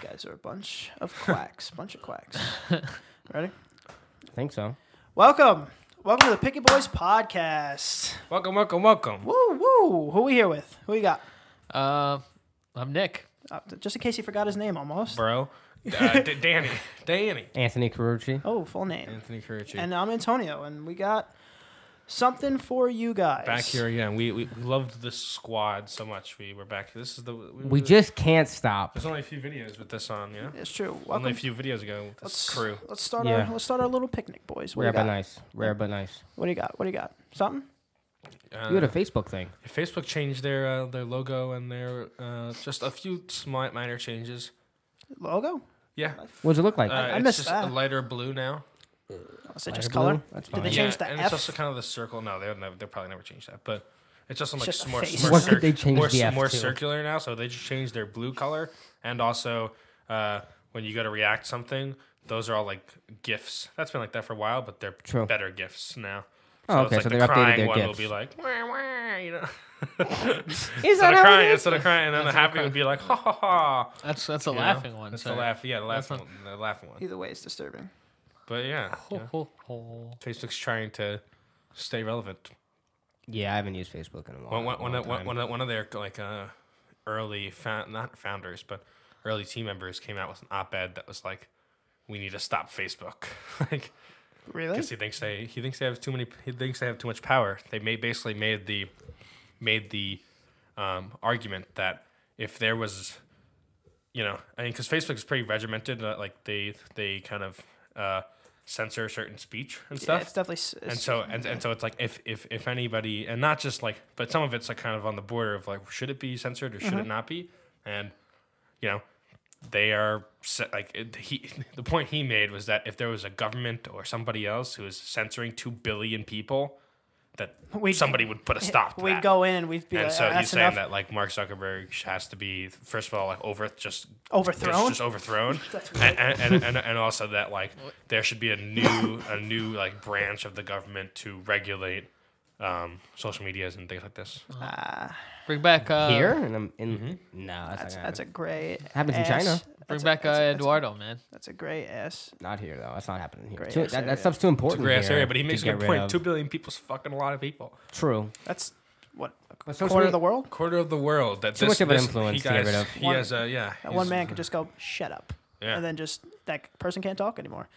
guys are a bunch of quacks. bunch of quacks. Ready? I think so. Welcome. Welcome to the Picky Boys podcast. Welcome, welcome, welcome. Woo, woo. Who we here with? Who we got? Uh, I'm Nick, Uh, just in case you forgot his name almost. Bro. Uh, D- Danny. Danny. Anthony Carucci. Oh, full name. Anthony Carucci. And I'm Antonio, and we got something for you guys. back here again. We, we we loved this squad so much. We were back. This is the we, We just can't stop. There's only a few videos with this on. Yeah. It's true. Only Welcome. a few videos ago. With this Let's, crew. let's start Yeah. our let's start our little picnic, boys. What do Rare you but got? nice. Rare but nice. What do you got? What do you got? Something? Uh, You had a Facebook thing. Facebook changed their uh, their logo and their uh, just a few small minor changes. Logo? Yeah. What does it look like? Uh, I it's missed just that. a lighter blue now. Is it just blue? color? That's Did they fine. change the and F? it's also kind of the circle. No, they'll never. They'll probably never change that. But it's just some like It's just a more, face. more, What could they change more, the F more to? circular now. So they just changed their blue color, and also uh, when you go to react something, those are all like gifs. That's been like that for a while, but they're True. better gifs now. Oh, okay, It's like so the they updated crying their one GIFs. will be like, wah, wah, you know, Is instead of how it crying, is? instead of crying, and then the happy would be like, ha ha ha. that's that's a you know? laughing one. That's so- the laugh. Yeah, the That's laughing one. The laughing one. Either way, it's disturbing. But yeah, you Ho, know, ho, ho. Facebook's trying to stay relevant. Yeah, I haven't used Facebook in a long, One, one, one, long of- one, time. one, of- one of their like uh, early found, not founders but early team members came out with an op-ed that was like, "We need to stop Facebook." like, Really? because he thinks they he thinks they have too many he thinks they have too much power. They made basically made the made the um, argument that if there was, you know, I mean, because Facebook is pretty regimented. Uh, like they they kind of uh, censor certain speech and Yeah, stuff it's definitely. s- and it's- so and, and so it's like if if if anybody and not just like but some of it's like kind of on the border of like should it be censored or should Mm-hmm. it not be and you know they are se- like it- he the point he made was that if there was a government or somebody else who is censoring 2 billion people that We'd- somebody would put a stop to We'd that. go in and we'd be and like, so "Ah, he's that's saying enough. that like Mark Zuckerberg has to be first of all like over just Overthrown? just, just overthrown, and, and, and, and, and also that like there should be a new a new like branch of the government to regulate um, social medias and things like this. Ah, Bring back uh, here and I'm in. No, that's, that's, not that's a great. Happens in ass- China. Bring that's a- back uh, that's a- that's a- Eduardo, man. That's a great ass. Not here though. That's not happening here. Gray Too, ass that, area. that stuff's too important. Grass here area, but he to makes a get good rid point. of. Two billion people's fucking a lot of people. True. That's what a But social quarter of media- the world. Quarter of the world. That Too this, much of an this- influence He, to get guys, rid of. he One- has a yeah. That he's- one man could just go, "Shut up," Yeah. and then just that person can't talk anymore.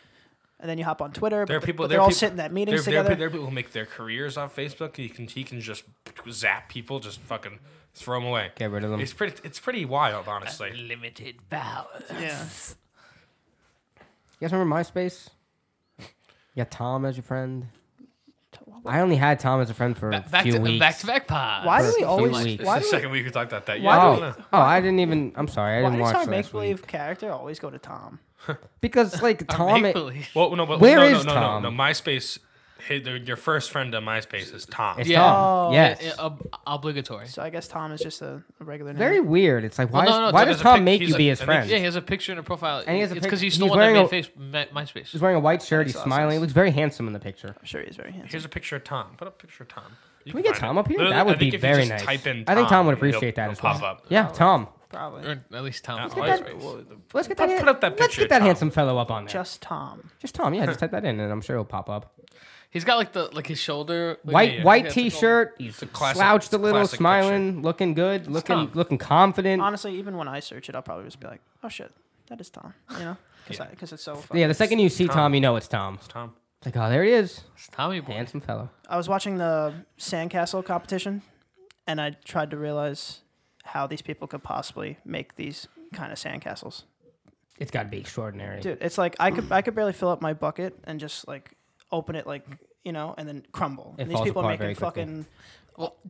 And then you hop on Twitter. There are but, people. But there they're are all people, sitting at meetings there, together. There, there are people who make their careers off Facebook. He can he can just zap people, just fucking throw them away. Get rid of them. It's pretty. It's pretty wild, honestly. Limited power. yeah. You guys remember MySpace? You got Tom as your friend. What- I only had Tom as a friend for Ba- a back few to weeks. back to back pod. Why do For we a few always? weeks. Why It's do the we? second week we talked about that. why Yeah, I oh, don't know. oh, I didn't even. I'm sorry, I Why didn't does our watch last make believe week character always go to Tom? because like Tom. it- make-believe. Well, no, but Where no, is no, no, Tom? no, no. MySpace, hey, the- your first friend on MySpace is Tom. it's Yeah. Tom. Oh, Yes. I- I- ob- obligatory. So I guess Tom is just a, a regular name. Very weird. It's like why? Well, is- no, no, why does Tom has a pic- Tom make he's you a- be his and friend? yeah, he has a picture in a profile. And he has a it's because pic- he's he's the one that wearing made a- face, my, MySpace. He's wearing a white shirt. That's He's awesome. smiling. He looks very handsome in the picture. I'm sure he's very handsome. Here's a picture of Tom. Put up a picture of Tom. You Can we get find Tom it. up here? Literally, that would I be think if you very just nice. Type in I think Tom would he'll- appreciate that he'll as well. Pop up. Yeah, Tom. Probably. or at least Uh, Tom. always- that- well, Let's get put- that. put up that let's picture get that of Tom. handsome fellow up on there. Just Just, Tom. Tom. Yeah, just type that in, and I'm sure it'll pop up. He's got like the like his shoulder. like, White yeah, yeah. white Yeah, it's like all- T-shirt. He's classic- slouched it's a a little, classic smiling, looking good, looking Tom. looking confident. Honestly, even when I search it, I'll probably just be like, "Oh shit, that is Tom," you know, because it's so. Fucking, yeah, the second you see Tom, you know it's Tom. Tom. It's like, oh, there he is, It's Tommy boy. handsome fellow. I was watching the sandcastle competition, and I tried to realize how these people could possibly make these kind of sandcastles. It's got to be extraordinary. Dude, it's like I could I could barely fill up my bucket and just like open it like you know, and then crumble. It and these falls people are apart making very quickly. fucking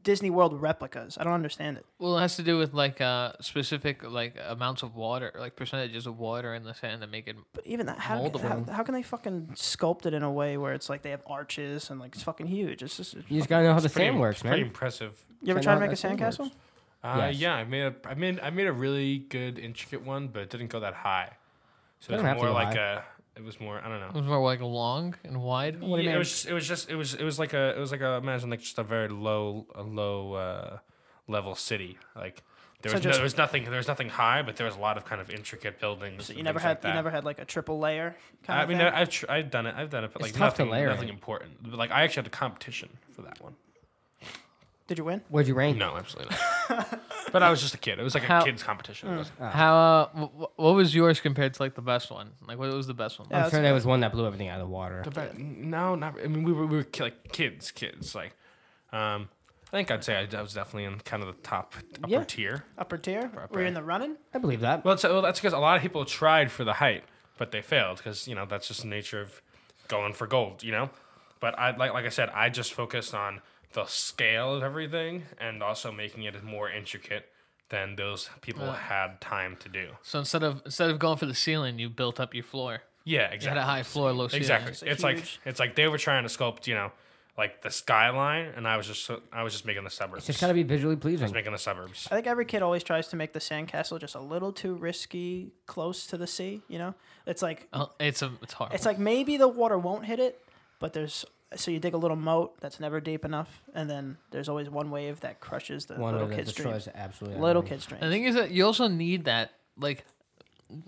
Disney World replicas. I don't understand it. Well, it has to do with like uh specific like amounts of water, like percentages of water in the sand that make it. But even that, how, Moldable. how, how can they fucking sculpt it in a way where it's like they have arches and like it's fucking huge? It's just. It's You just gotta know how the Pretty- sand works, Pretty man. impressive. you ever Check try to out make a that sandworks. sandcastle? Uh, Yes. Yeah, I made a, I made I made a really good intricate one, but it didn't go that high. So it was Doesn't have to more go like a. It was more. I don't know. It was more like long and wide. do you Yeah, mean? it was just it was just it was it was like a it was like a imagine like just a very low a low uh, level city like There So was, no, just- there was nothing. There was nothing high, but there was a lot of kind of intricate buildings. So you and never things had like that. you never had like a triple layer. Kind I of mean, thing? I- I've tr- I've done it. I've done it, but It's like tough to nothing, layer nothing it. important. But like I actually had a competition for that one. did you win? What'd you rank? No, absolutely not. but I was just a kid. It was like How- a kids competition. It Mm. wasn't- How? Uh, w- w- what was yours compared to like the best one? Like what was the best one? Yeah, I'm Oh, that's sure there was one that blew everything out of the water. The be- no, not. I mean, we were we were ki- like kids, kids. Like, um, I think I'd say I, I was definitely in kind of the top upper Yeah. tier. Upper tier? Were Upper. you in the running? I believe that. Well, it's, well, that's because a lot of people tried for the height, but they failed because you know that's just the nature of going for gold, you know. But I like like I said, I just focused on the scale of everything and also making it more intricate than those people had time to do. So instead of instead of going for the ceiling, you built up your floor. Yeah, You had exactly. a high floor, low ceiling. Exactly. It's It's, a like huge- it's like they were trying to sculpt, you know, like the skyline, and I was just I was just making the It's suburbs. just gotta be visually pleasing. I was making the suburbs. I think every kid always tries to make the sandcastle just a little too risky, close to the sea. You know, it's like Oh, it's a it's hard. it's like maybe the water won't hit it, but there's so you dig a little moat that's never deep enough, and then there's always one wave that crushes the One little of the kid's dream. destroys absolutely. Little everything. kid's dream. The thing is that you also need that. Like,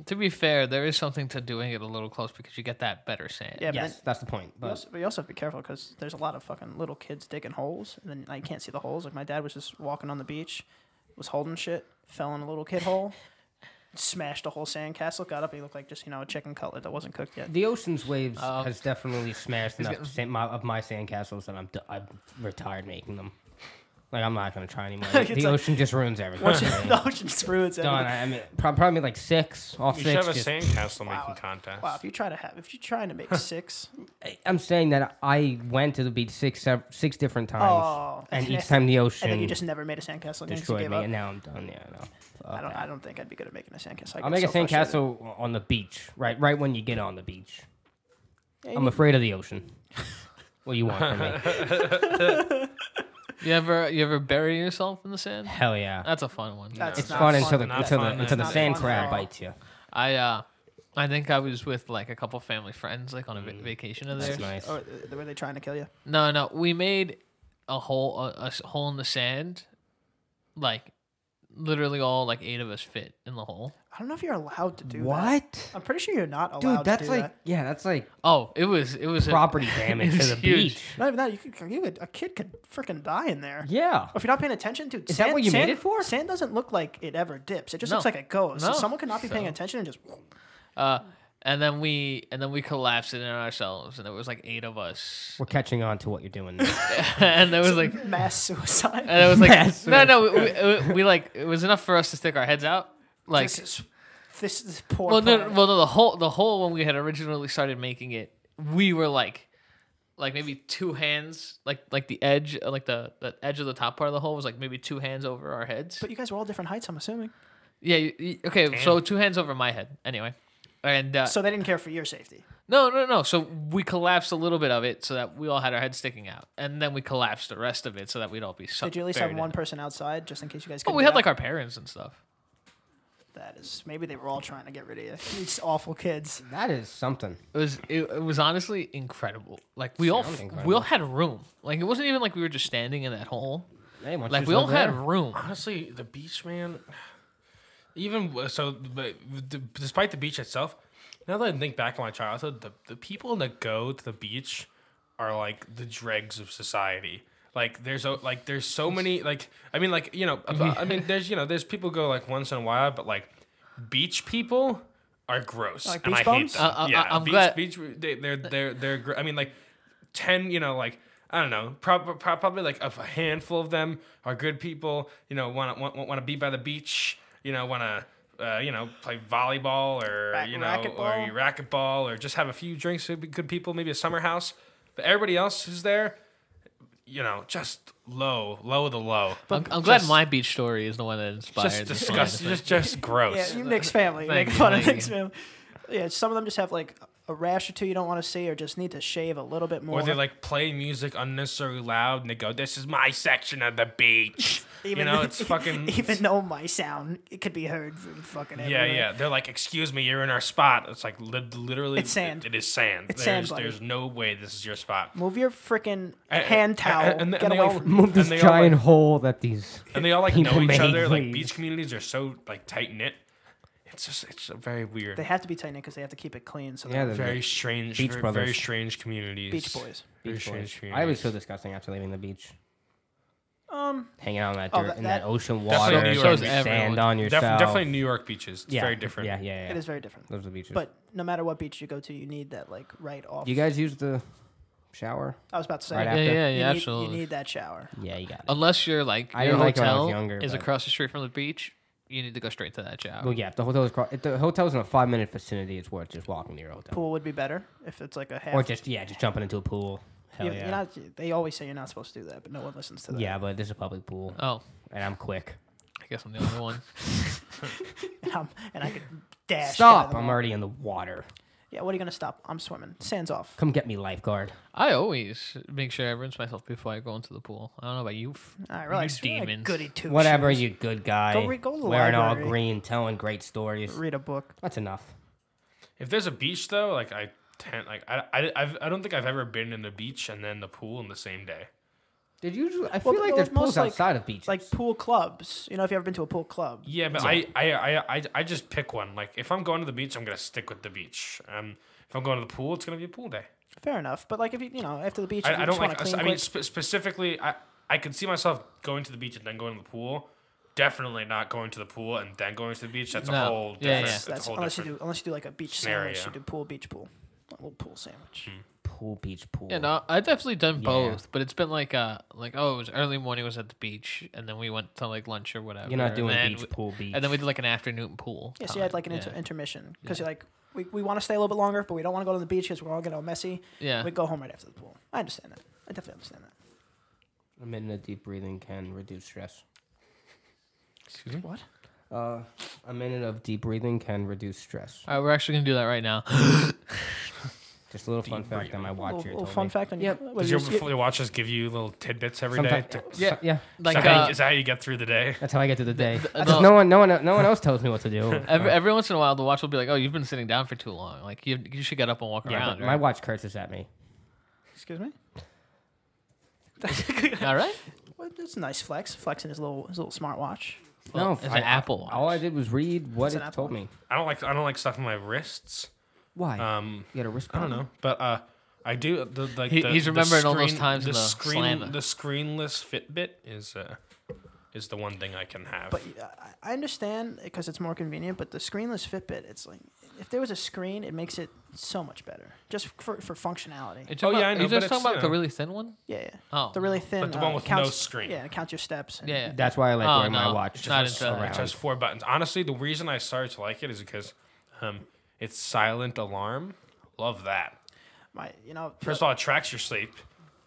to be fair, there is something to doing it a little close because you get that better sand. yeah, but then- Yes, that's the point. You But also, but you also have to be careful because there's a lot of fucking little kids digging holes, and then like, you can't see the holes. Like my dad was just walking on the beach, was holding shit, fell in a little kid hole, smashed a whole sandcastle, got up, and he looked like just you know a chicken cutlet that wasn't cooked yet. the ocean's waves Uh, Oh. has definitely smashed enough getting- sa- my, of my sandcastles that I'm d- I've retired making them. Like I'm not gonna try anymore. Like, the it's like- ocean just ruins everything. Once you, for me. the ocean just ruins it. Done. I I mean, prob- probably like six, all You should six. have a just- sandcastle making contest. Wow, if you try to have, if you're trying to make six, I- I'm saying that I went to the beach six sev- six different times, Oh, and and each if- time the and ocean then you just never made a sandcastle again, 'cause you destroyed gave me, up. and now I'm done. Yeah, no. I don't, Okay. I don't think I'd be good at making a sandcastle. I I'll get make a so frustrated. sandcastle on the beach, right? Right when you get on the beach. Yeah, you I'm need- afraid of the ocean. What do you want from me? You ever you ever bury yourself in the sand? Hell yeah! That's a fun one. That's It's not fun until the Not until the fun, until the not sand fun. crab No. bites you. I uh, I think I was with like a couple family friends like on a va- vacation of theirs. That's nice. Or uh, were they trying to kill you? No, no, we made a hole a, a s- hole in the sand, like literally all like eight of us fit in the hole. I don't know if you're allowed to do that. What? I'm pretty sure you're not allowed. Dude, that's to do like that. yeah, that's like Oh, it was it was a- property damage to It's the huge. beach. Not even that. You could, you could, a kid could freaking die in there. Yeah. If you're not paying attention, dude. Is that what you made sand, it for? Sand doesn't look like it ever dips. It just No. looks like it goes. No. So someone could not be paying So- attention and just. Uh, and then we and then we collapsed it in ourselves, and it was like eight of us, We're catching on to what you're doing. Now. and there was like mass suicide. and it was like Massive. no no we, we, we like it was enough for us to stick our heads out like this is this is poor. well no plan. well no, the whole the whole when we had originally started making it we were like like maybe two hands like like the edge uh, like the, the edge of the top part of the hole was like maybe two hands over our heads but you guys were all different heights. I'm assuming. yeah you, you- okay so two hands over my head anyway and uh, So they didn't care for your safety. No, no, no. So we collapsed a little bit of it so that we all had our heads sticking out, and then we collapsed the rest of it so that we'd all be. So- Did you at least have buried in one it. person outside just in case you guys? Oh, couldn't we get had out? like our parents and stuff. That is maybe they were all trying to get rid of you. These awful kids. That is something. It was it, it was honestly incredible. Like we all Sounds we incredible. all had room. Like it wasn't even like we were just standing in that hole. Hey, why don't you Like just we all live had there? room. Honestly, the beach, man. Even w- so, but d- despite the beach itself, now that I think back on my childhood, the, the people that go to the beach are like the dregs of society. Like there's a, like there's so many like I mean like you know ab- I mean there's you know there's people go like once in a while but like beach people are gross Like and beach I bums? hate them. Uh, uh, yeah, uh, I'm beach, glad- beach they, they're they're they're gr- I mean like ten, you know, like I don't know, prob- prob- probably like a f- handful of them are good people. You know, want to want to be by the beach. You know, want to. Uh, you know, play volleyball or Rack- you know, racquetball. or you racquetball or just have a few drinks with good people, maybe a summer house. But everybody else who's there, you know, just low, low of the low, I'm, I'm glad just- my beach story is the one that inspired. just this disgusting, just just gross. Yeah, you Nick's family. You Thank Make you, fun of thank Nick's you. family. Yeah, some of them just have like a a rash or two you don't want to see, or just need to shave a little bit more. Or they like play music unnecessarily loud and they go, "This is my section of the beach." you know, it's fucking. Even though my sound it could be heard from fucking yeah, everywhere. yeah. They're like, "Excuse me, you're in our spot." It's like li- literally, It's sand. it is sand. It's sand, there's, buddy. there's no way this is your spot. Move your freaking And- hand and- towel. and- and Get they away all- from Move And this they all, giant like- hole that these. and they all like People know each may other. Like leave. beach communities are so like tight knit. It's just it's very weird. They have to be tight because they have to keep it clean. So Yeah, yeah, the very strange, Beach very, very Brothers. strange communities. Beach Boys. Very beach strange boys. I communities. always feel disgusting after leaving the beach, Um, hanging out on that Oh, dirt that- in that that- ocean Definitely water, so New York there's beach. sand on Def- yourself. definitely New York beaches. It's yeah, very different. Yeah, yeah, yeah. it is very different. Those are the beaches. But no matter what beach you go to, you need that like right off. you guys use the shower? I was about to say. Right you Yeah, after. yeah, need- yeah, you absolutely. need that shower. Yeah, you got it. Unless you're like I your didn't like it when I was hotel younger, is but- across the street from the beach, you need to go straight to that Uh, shower. Well, yeah, if the hotel is cro- if the hotel's in a five minute vicinity, it's worth just walking to your hotel, Pool would be better if it's like a half. or just yeah, just jumping into a pool. Hell you- yeah, you're not- they always say you're not supposed to do that, but no one listens to that. yeah, but this is a public pool, Uh, Oh, and I'm quick. I guess I'm the only one. and, I'm, Um, and I could dash. Stop! down the I'm wall. already in the water. Yeah, what are you gonna stop? I'm swimming. Sands off. Come get me, lifeguard. I always make sure I rinse myself before I go into the pool. I don't know about you. f- All right, you relax. demons. Goody two. Whatever, you good guy. Go re- go to the wearing all library. green, telling great stories. Read a book. That's enough. If there's a beach though, like I tend like I I I've, I don't think I've ever been in the beach and then the pool in the same day. Did you? I feel Well, like there's most pools like- outside of beaches. Like pool clubs. You know, if you ever been to a pool club. Yeah, but I, I I I I just pick one. Like if I'm going to the beach, I'm gonna stick with the beach. Um, if I'm going to the pool, it's gonna be a pool day. Fair enough. But like if you you know after the beach, if I, you I don't just want like. to clean I mean, quick- spe- specifically, I I could see myself going to the beach and then going to the pool. Definitely not going to the pool and then going to the beach. That's a No. whole different. Yeah, yeah. That's, that's a whole unless different. you do unless you do like a beach scenario. Hmm. sandwich. You do pool beach pool, a little pool sandwich. pool, beach, pool. Yeah, no, I've definitely done Yeah. both, but it's been like uh like oh it was early morning was at the beach and then we went to like lunch or whatever. You're not doing and then beach, we- pool, beach. And then we did like an afternoon pool. Yeah, so you had time. like an inter- yeah. intermission because you're like we, we want to stay a little bit longer, but we don't want to go to the beach because we're all getting all messy. Yeah. We go home right after the pool. I understand that. I definitely understand that. a minute of deep breathing can reduce stress. Excuse me? What? Uh, a minute of deep breathing can reduce stress. All right, we're actually gonna do that right now. Just a little fun fact on my watch little, here. little fun fact on your- Yep. what Does you. your, you- your watches give you little tidbits every day? Sometimes, To, yeah, yeah. like is, that how uh, you, is that how you get through the day? That's how I get to the day. th- That's no- just no one, no one, no one else tells me what to do. every, every once in a while the watch will be like oh you've been sitting down for too long like you you should get up and walk Yeah, around. but my right? watch curses at me. excuse me. All right. Well, that's a nice flex. Flexing his little his little smartwatch. Well, it's an Apple Watch. All I did was read what It's an it Apple told Watch. me. I don't like I don't like stuff on my wrists. Why? Uh, Um, you got a wrist I don't know, but uh, I do the like. He- the, he's the remembering all those times The in the screen, slammer. the screenless Fitbit is uh, is the one thing I can have. But uh, I- I understand because it's more convenient. But the screenless Fitbit, it's like if there was a screen, it makes it so much better just for, for functionality. Oh, You're talking yeah, about- I know, You're but just talking it's, about you the know. really thin one. yeah, yeah. Oh, The really thin. the one uh, with counts, no screen. Yeah, it counts your steps. and- yeah. That's why I like Oh, wearing my no, watch. it's not just into that. Which has four buttons. Honestly, the reason I started to like it is because um, it's silent alarm. Love that. My, you know, First of all, it tracks your sleep,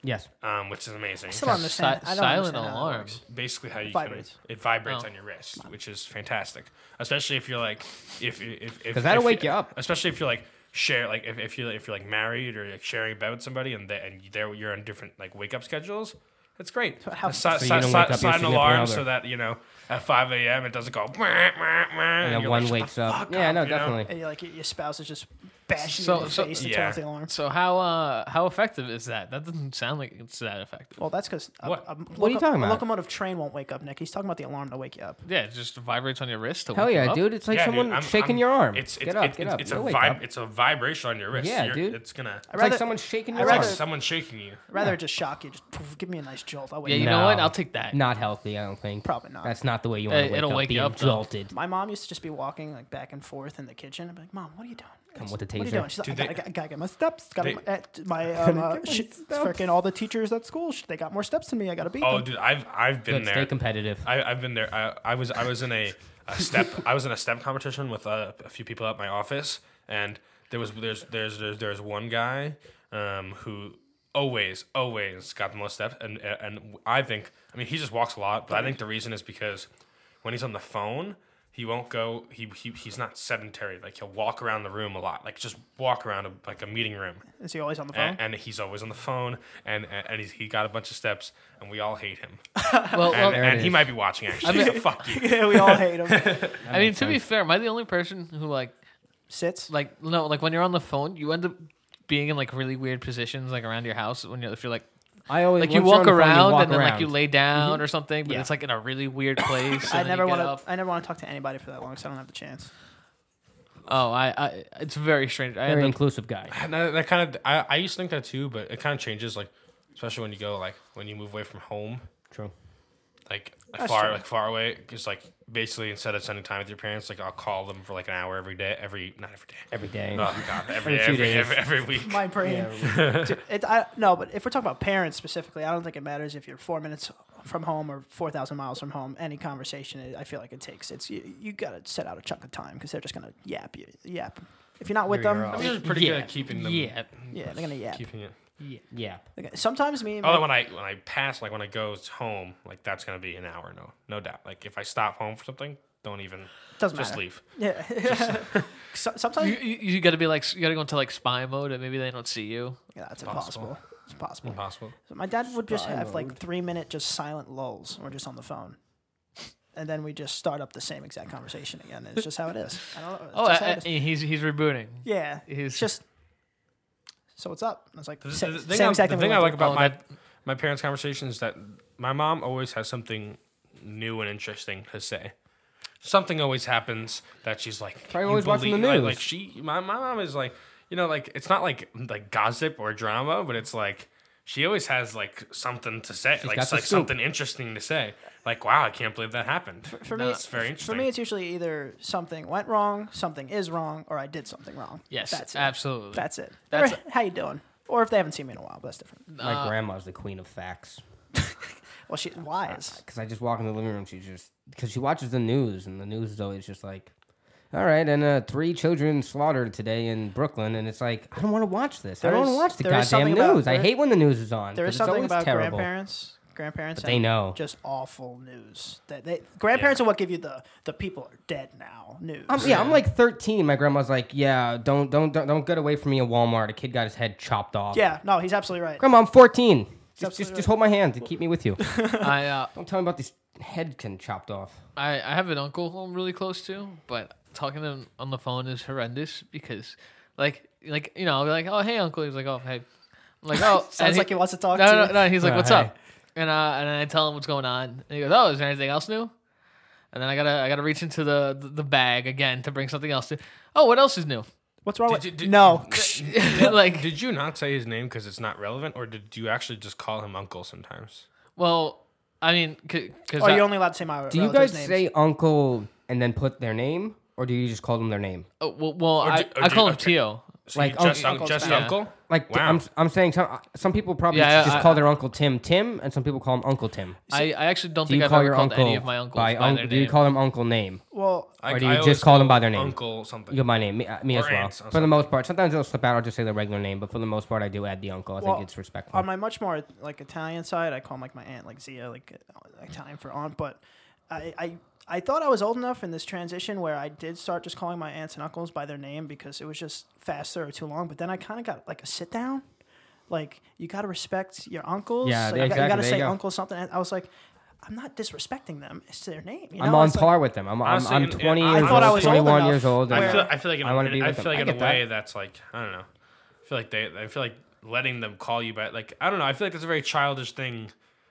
Yes. um, which is amazing. still don't understand. Si- I don't silent understand how that alarm. works. Basically, how you vibrates. can it vibrates Oh. on your wrist, which is fantastic. Especially if you're like, if if if 'Cause that'll if- wake you up. Especially if you're like share like if, if you if you're like married or like sharing a bed with somebody and they, and there you're on different like wake up schedules. That's great. So how- A si- So you si- don't si- wake up your silent significant alarm other. so that you know at 5 a.m. it doesn't go. "Wah, wah, wah," And and then you're one like, "Shut the wakes up. fuck Yeah, no, you know? definitely. And you're like, your your spouse is just bashing So- you in the so- face and Yeah. turn off the alarm. So how uh how effective is that? That doesn't sound like it's that effective. Well, that's because a, What? a are you loco- talking a about? locomotive train won't wake up, Nick. He's talking about the alarm to wake you up. Yeah, it just vibrates on your wrist. To Hell wake you yeah, up. dude! It's like Yeah, dude, someone I'm- shaking I'm- your arm. It's, it's, get up, it's, get it's, up. It's a You'll wake vib- up. It's a vibration on your wrist. Yeah, You're- dude. It's gonna. I'd It's like rather- someone shaking I'd your It's like rather- arm. someone shaking you. I'd rather just shock you. Just poof, give me a nice jolt. I'll wake Yeah, up. you know what? No. I'll take that. Not healthy, I don't think. Probably not. That's not the way you Uh, want to wake it'll up. wake you being up, though. jolted. My mom used to just be walking like back and forth in the kitchen. I'd be like, Mom, what are you doing? Come with the What are you taser. doing? She's like, Dude, I, they- gotta, I gotta get my steps. Gotta they- get my, at my um, uh, get my shit, steps." frickin' all the teachers at school. sh- They got more steps than me. I gotta beat Oh, them. dude, I've I've been Good, stay there. competitive. I, I've been there. I, I was I was in a, a step I was in a step competition with uh, a few people at my office, and there was there's there's there's, there's one guy um, who always always got the most steps, and and I think I mean he just walks a lot, but I think the reason is because when he's on the phone, He won't go. He, he he's not sedentary. Like he'll walk around the room a lot. Like just walk around a, like a meeting room, Is he always on the phone? and, and he's always on the phone. And and and he's, he got a bunch of steps, and we all hate him. Well, well, And, There it and he is. might be watching actually. I so fuck you. yeah, we all hate him. I mean, to be fair, am I the only person who like Sits. like no like when you're on the phone, you end up being in like really weird positions like around your house when you're if you're like I always like you once you're on walk the phone, you around walk and then like you around. Mm-hmm. lay down or something, but Yeah. it's like in a really weird place. I and then never you get want up. to. I never want to talk to anybody for that long, so I don't have the chance. Oh, I, I it's very strange. I very end up, inclusive guy. And that, that kind of I, I used to think that too, but it kind of changes. Like especially when you go like when you move away from home, True. like That's far true. like far away. Because like basically instead of spending time with your parents, like I'll call them for like an hour every day, every not every day. Every day. Oh god, Every every day, few every, days. every, every week. My brain. Dude, it, I, no, but if we're talking about parents specifically, I don't think it matters if you're four minutes from home or four thousand miles from home. Any conversation, it, I feel like it takes. It's you, you got to set out a chunk of time because they're just gonna yap you, yap. If you're not with um, Figure them, out. I'm usually pretty Yeah. good at keeping them. Yeah. yeah, they're gonna yap. keeping it. yeah. yeah. They're gonna- Sometimes me, and my- Although when I when I pass, like when I go home, like that's gonna be an hour, no, no doubt. Like if I stop home for something, don't even doesn't just matter. leave. Yeah. so, sometimes You, you, you got to be like you got to go into like spy mode, and maybe they don't see you. yeah, that's Possible. impossible. It's impossible. Impossible. So my dad would just Spy have like mode. three minute just silent lulls. We're just on the phone. And then we just start up the same exact conversation again. It's just how it is. I don't know. It's Oh, just how uh, it uh, is. he's he's rebooting. yeah. He's It's just. So what's up? And it's like The, sa- the same thing, I, exact the thing. thing I like about Oh, my my parents' conversations is that my mom always has something new and interesting to say. Something always happens that she's like Probably "You always watching the believe-" news. like- Like she, my, my mom is like, you know, like it's not like like gossip or drama, but it's like she always has like something to say, like got s- the like scoop. something interesting to say. Like wow, I can't believe that happened. for me, it's very for interesting. me, it's usually either something went wrong, something is wrong, or I did something wrong. yes, that's it. absolutely. That's it. That's- Or, how you doing? Or if they haven't seen me in a while, but that's different. My grandma's the queen of facts. Well, she wise. Because I just walk in the living room, she just because she watches the news, and the news is always just like, "All right," and uh, three children slaughtered today in Brooklyn, and it's like, I don't want to watch this. I There don't is- want to watch the there is goddamn something about- news. I there- hate when the news is on. There is 'cause it's something always about terrible. grandparents. Grandparents. But they and know. Just awful news. That they grandparents are what give you the the people are dead now news. I'm, Um, yeah, I'm like 13. My grandma's like, "Yeah, don't don't don't don't get away from me at Walmart. A kid got his head chopped off." Yeah, No, he's absolutely right. grandma, I'm 14. Just, absolutely just, right. just hold my hand and keep me with you. I uh, Don't tell me about this head can chopped off. I, I have an uncle who I'm really close to, but talking to him on the phone is horrendous because, like, like you know, I'll be like, "Oh, hey, uncle." He's like, "Oh, hey." I'm like, "Oh," and Sounds like he wants to talk to No, you. no, no. He's like, Oh, "What's hey." up?" And uh, and I tell him what's going on, and he goes, "Oh, is there anything else new?" And then I gotta I gotta reach into the the, the bag again to bring something else. To, oh, what else is new? What's wrong Did with you- did- no? like, Did you not say his name because it's not relevant, or did you actually just call him uncle sometimes? well, I mean, because Are you only allowed to say my? Do you guys say uncle and then put their name, or do you just call them their name? oh, well, well Or I, do- or I do- call him okay. Tio. So Like you just, uncle- uncle, just fine. uncle. Like t- Wow. I'm, I'm saying, some some people probably Yeah, just I- call their uncle Tim Tim, and some people call him Uncle Tim. I, I actually don't Do think you I've call ever your called uncle any of my uncles by, by un- their Do you name. call them uncle name? Well, I- Or do you I just always call them by their name? Uncle something. You know, my name, me, uh, me Or as well. aunts or For the most part, sometimes it'll slip out. I'll just say the regular name, but for the most part, I do add the uncle. I Well, think it's respectful. on my much more like Italian side, I call 'em, like my aunt, like Zia, like uh, Italian for aunt. But I, I, I thought I was old enough in this transition where I did start just calling my aunts and uncles by their name because it was just faster or too long. But then I kind of got like a sit down. Like you got to respect your uncles. Yeah, like, they- you gotta- You got to exactly, there say you go. uncle something. And I was like, I'm not disrespecting them. It's their name. You know? I'm on It's like- par with them. I'm, I'm, Honestly, I'm and- 20 and I years thought old, I was old 21 enough. years old. I and feel, I feel like in, I wanna in- be I with feel them. like I in a get that. way that's like I don't know. I feel like they I feel like letting them call you back like I don't know. I feel like that's a very childish thing.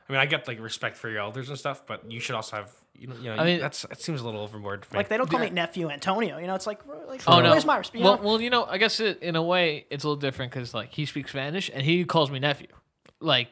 I mean, I get like respect for your elders and stuff, but you should also have you know, you know I mean- that's it seems a little overboard for me. Like they don't call me nephew Antonio. You know, it's like, like Oh no! where's my respect? You well, know? well, you know, I guess it, in a way it's a little different because like he speaks Spanish and he calls me nephew. Like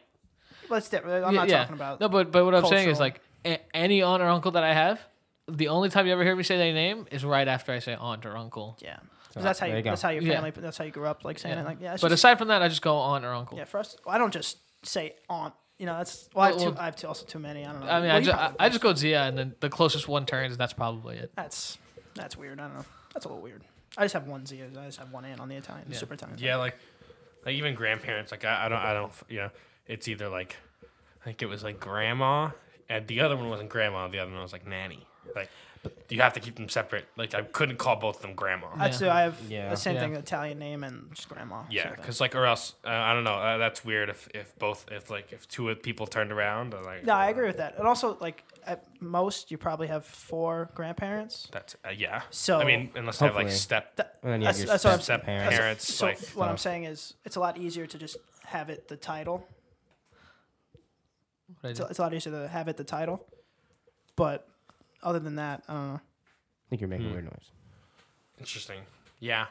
Well, it's different. I'm yeah, not yeah. talking about. no, but but what I'm saying is cultural. like a, any aunt or uncle that I have, the only time you ever hear me say their name is right after I say aunt or uncle. yeah, 'Cause that's how there you, you go. that's how your Yeah. family, that's how you grew up, like saying it, like yeah. it's but just- aside from that, I just go aunt or uncle. Yeah, for us, well, I don't just say aunt. You know, that's well, I have, Well, two, well- I have two, also too many. I don't know. I mean, Well, I, you just, I, probably I do. just go Zia, and then the closest one turns, and that's probably it. that's that's weird. I don't know. That's a little weird. I just have one Z. I just have one aunt on the Italian, the Yeah. super Italian. yeah, like like even grandparents. Like I, I don't I don't you know. It's either like I think it was like grandma, and the other one wasn't grandma. The other one was like nanny. Like you have to keep them separate. Like I couldn't call both of them grandma. I'd say I have Yeah. the same Yeah. thing, Italian name and just grandma. Yeah, same thing. because like, or else uh, I don't know. Uh, that's weird. If if both, if like, if two of people turned around, uh, like, No, I agree with that. And also, like at most, you probably have four grandparents. That's uh, yeah. So- I mean, unless they have like Hopefully. step That- And then you have that's, your that's what I'm- step Parents. parents. So like, what I'm saying is, it's a lot easier to just have it the title. What I It's, do. it's a lot easier to have it the title. But other than that, I don't know. I think you're making Hmm. a weird noise. interesting. Yeah,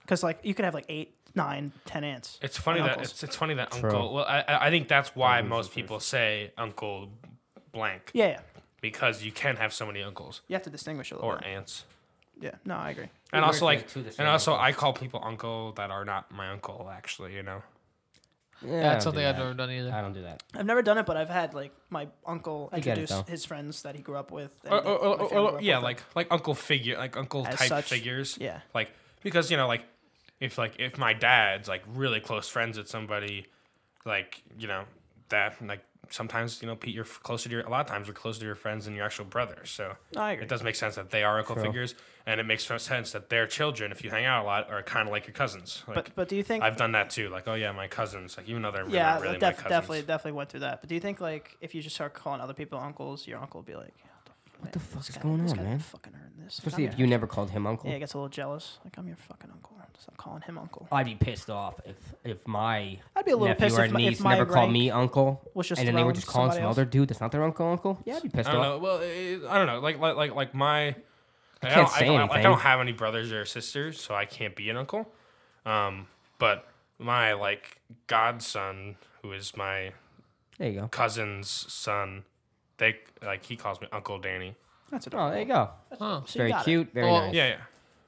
Because like you could have like eight, nine, ten aunts. it's funny My that uncles. it's, it's funny that True. uncle. Well, I I I think that's why most people say uncle blank Yeah, yeah. because you can have so many uncles You have to distinguish a little. or bit. aunts. Yeah. No, I agree. And Weird also, to like, have two the same and also, I call people uncle that are not my uncle. Actually, you know, Yeah, That's something I've do never done that. I either. don't do that. I've never done it, but I've had like my uncle You get it, introduce though. his friends that he grew up with. and or, that or, or, my or, family grew up yeah, with. like like uncle figure, like uncle As type such, figures. yeah. like because you know, like if like if my dad's like really close friends with somebody, like you know that like sometimes you know Pete, you're f- closer to your a lot of times you're closer to your friends than your actual brother. So No, I agree. it does make sense that they are uncle True. figures, and it makes sense that their children, if you hang out a lot, are kind of like your cousins. Like, but but do you think? I've done that too. Like oh yeah, my cousins. Like even though they're yeah, not really def- my cousins. definitely definitely went through that. But do you think like if you just start calling other people uncles, your uncle would be like, "What the fuck, fuck's going on, man?" Fucking earned this. Like, Especially I'm if your- you never called him uncle. Yeah, he gets a little jealous. Like I'm your fucking uncle. Stop calling him uncle. I'd be pissed off if if my I'd be a little nephew pissed or if my- niece if my never called rank me uncle, was just and then they were thrown just calling some somebody else. other dude that's not their uncle uncle. Yeah, I'd be pissed I don't off. know. Well, it, I don't know. Like like like like my. I, can't don't, say I, don't, like, I anything. don't have any brothers or sisters, so I can't be an uncle. Um, but my like godson, who is my There you go. cousin's son, they like he calls me Uncle Danny. That's it. Oh, there you go. Huh. So you Very got it. cute. Very Well, nice. Yeah, yeah.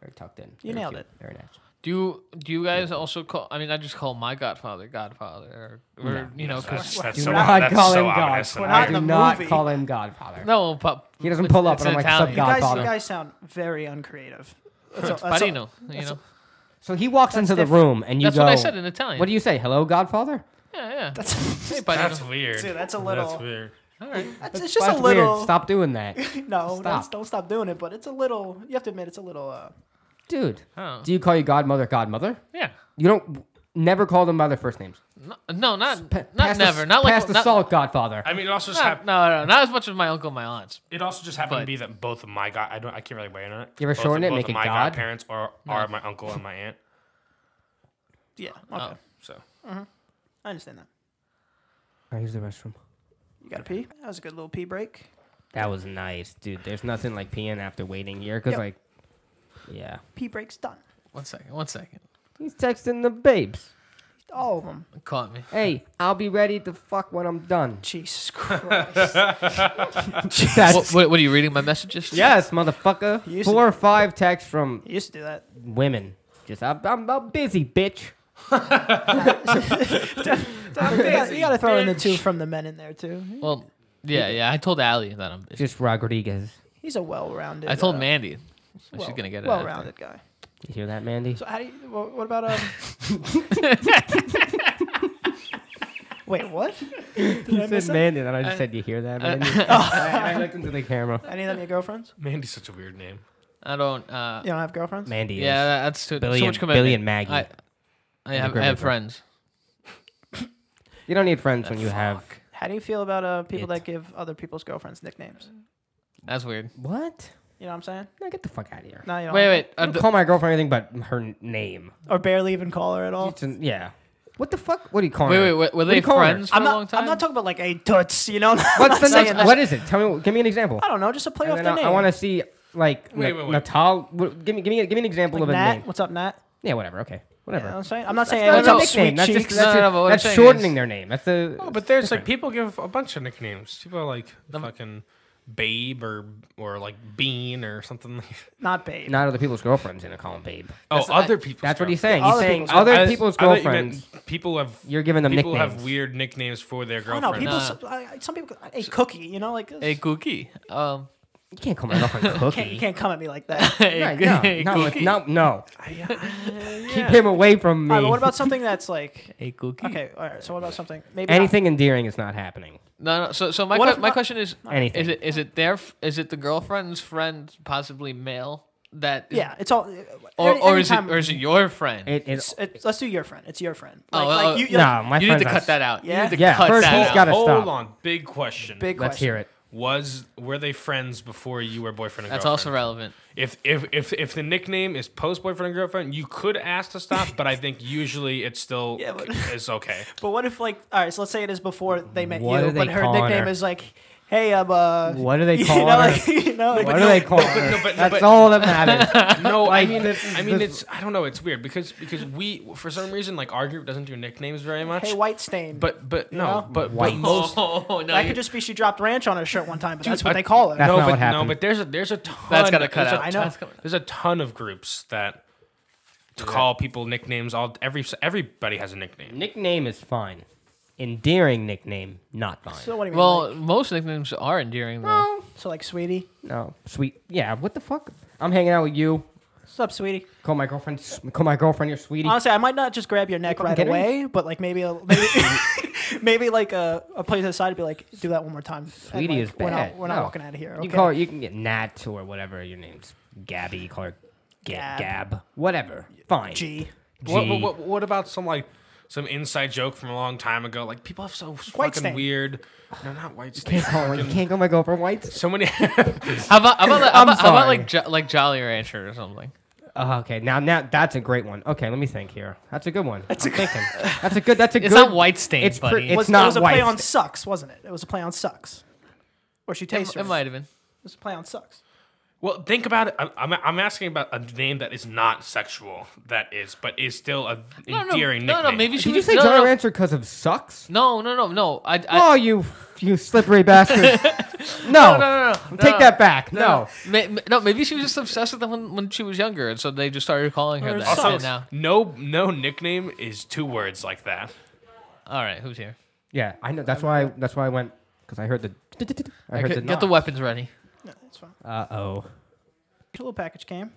Very tucked in. You very nailed cute, it. Very nice. Do you, do you guys also call? I mean, I just call my godfather godfather, or, or you know, That's, because that's Do so, not that's call so him God. ominous. We're and not Do in the not movie. call him Godfather. no, but He doesn't it's- pull up, it's and I'm an like, "Sup, Italian. You guys, Godfather. you guys sound very uncreative. That's all- that's all- Padrino, you know. So he walks That's into the different. room, and you That's go. what I said in Italian. What do you say? Hello, Godfather. Yeah, yeah. That's, Hey, Padrino. That's weird. Dude, that's a little- That's weird. All right. that's it's just That's a weird. little. Stop doing that, No, Don't, Stop. don't stop doing it. But it's a little. You have to admit it's a little. Uh, dude. Oh. Do you call your godmother Godmother? Yeah. You don't. Never call them by their first names. No, no not Pa- not pass the- never. not like pass the not, salt, Godfather. I mean, it also just Not, happened. no, no, not as much as my uncle and my aunts. It also just happened But- to be that both of my god. I don't. I can't really weigh in on it. You ever both shorten it, of, both make of it my God? godparents are are my uncle and my aunt. yeah. Okay. Oh. So I understand that. I use the restroom. You got to pee. That was a good little pee break. That was nice, dude. There's nothing like peeing after waiting here, cause Yep. like, yeah. Pee break's done. One second. One second. He's texting the babes. All of them. Caught me. Hey, I'll be ready to fuck when I'm done. Jesus Christ. What, what, what are you reading my messages? Yes, motherfucker. You used to- Four or five texts from you used to do that. women. Just I'm, I'm, I'm busy, bitch. you got to throw in the two from the men in there too. Well, yeah, yeah. I told Allie that I'm. Just Rodriguez. He's a well-rounded. I told uh, Mandy. well, she's gonna get it. after. Well-rounded guy. You hear that, Mandy? So how do you? wha- What about um? Wait, what? Did I You miss said it? Mandy, and I just said, "You hear that, Mandy?" I, I looked into the camera. Any of them your girlfriends? Mandy's such a weird name. I don't. Uh, You don't have girlfriends? Mandy. yeah, Yeah. that- that's too, Billy so and- much commitment. Billy and Maggie. I, I have, I Grim have Reaper. friends. You don't need friends when you have How do you feel about uh, people It. that give other people's girlfriends nicknames? That's weird. what? You know what I'm saying? No, get the fuck out of here. No, you don't Wait, have wait. I Uh, don't the- call my girlfriend anything but her n- name. that? Or barely even call her at all. It's an- yeah. Oh. What the fuck? What do you call wait, her? wait. Were, were What do they you call her? friends for I'm a not, long time? I'm not talking about like a toots, you know? What's the saying next? that. What is it? Tell me. Give me an example. I don't know. Just to play And off then the I- name. I want to see like Wait, Na- wait, wait. Natal. What, give me, give me, give me an example like of a Nat. name. What's up, Nat? Yeah, whatever. Okay, You know what whatever. I'm saying? I'm not saying not- everyone's That's a all that's nickname. sweet That's cheeks. just that's, No, no, a- no, but what I'm that's saying shortening is- their name. That's the. Oh, but there's like people give a bunch of nicknames. People are like fucking babe or or like bean or something. like Not babe. not other people's girlfriends gonna call him babe. Oh, other people. That's what he's saying. He's Other saying people's other people's girlfriends. people have You're giving them people nicknames. have weird nicknames for their I don't know. girlfriends. People, Nah. some, I, I- some people, a cookie, you know, like this. a cookie. Um, You can't call my girlfriend Can't, you cookie. can't come at me like that. Hey, Right, hey, no, no, cookie. no, no. Keep yeah. him away from me. All right, but what about something that's like Hey, cookie. okay? All right, so what about something maybe not- anything endearing is not happening? No, no. So, so my What que- if my not- question is, Anything. is it is it their f- is it the girlfriend's friend, possibly male, that is- Yeah, it's all. or any- or is it anytime- or is it your friend? It, it, it's- it's- let's do your friend. It's your friend. Oh, Like, oh, like oh. you, you no, uh, my you need friend's to cut not- that out. Yeah? you need to Yeah, cut first that he's out. gotta Hold stop. on, big question. big Let's question. hear it. Was were they friends before you were boyfriend and That's also girlfriend? relevant. If if if if the nickname is post boyfriend and girlfriend, you could ask to stop, but I think usually it's still Yeah, but- is okay. But what if like all right? So let's say it is before they met What you, are they but her calling nickname her? is like, "Hey, I'm uh." What do they you call know, her? Like, you know, like, What do they call but- her? no, but- no, That's but- all that matters. No, Like, I mean, this- I mean, this- it's I don't know, it's weird because because we for some reason like our group doesn't do nicknames very much. "Hey, white stain." but but no, know? but White. but most Oh, no, that you- could just be she dropped ranch on her shirt one time, but that's Dude, what I- they call it. That's no, not but what no, happened. but there's a there's a ton. That's gotta cut there's a out. I ton- know. There's a ton of groups that to call people nicknames. All every everybody has a nickname. nickname is fine. Endearing nickname, not fine. So what do you mean? well, like, most nicknames are endearing though. so like, sweetie, no, sweet. Yeah, what the fuck? I'm hanging out with you. what's up, sweetie? Call my girlfriend. Call my girlfriend your sweetie. Honestly, I might not just grab your neck fucking right kidding me? away, but like maybe a, maybe, maybe like a, a place aside to be like, do that one more time. And, Sweetie like, is We're bad. not, we're not No. walking out of here. Okay? You call her, you can get Nat or whatever your name's Gabby. You call her Gab, Gab. Gab whatever. Fine. G. What, G. what, what, what about some like some inside joke from a long time ago? Like people have so fucking Stain. weird. No, not white stain. Can't call her. Oh, You fucking- can't call my girlfriend White. So many. How about how about, like- how I'm about, how about sorry. like jo- like Jolly Rancher or something? Oh, okay, now now that's a great one. Okay, let me think here. That's a good one. That's a I'm thinking. That's a good. That's a It's good. not white stain, It's buddy. pretty- it's was, not it was a white play on stain. sucks, wasn't it? It was a play on sucks. Or she tastes it, it might have been. It was a play on sucks. well, think about it. I'm, I'm, I'm asking about a name that is not sexual. That is, but is still a No, no, endearing no, nickname. no, maybe she Did you was, say no, Jolly no, Rancher because of sucks? No, no, no, no. I, I, oh, you you slippery bastard! no. no, no, no, no. take that back. No. Ma- ma- no, maybe she was just obsessed with them when, when she was younger, and so they just started calling her Or that. sucks. Also, And now, no, no nickname is two words like that. all right, who's here? Yeah, I know. That's why. that's why I went because I heard the. I heard Okay, the. get the weapons ready. No, that's fine. Uh oh. A little package came.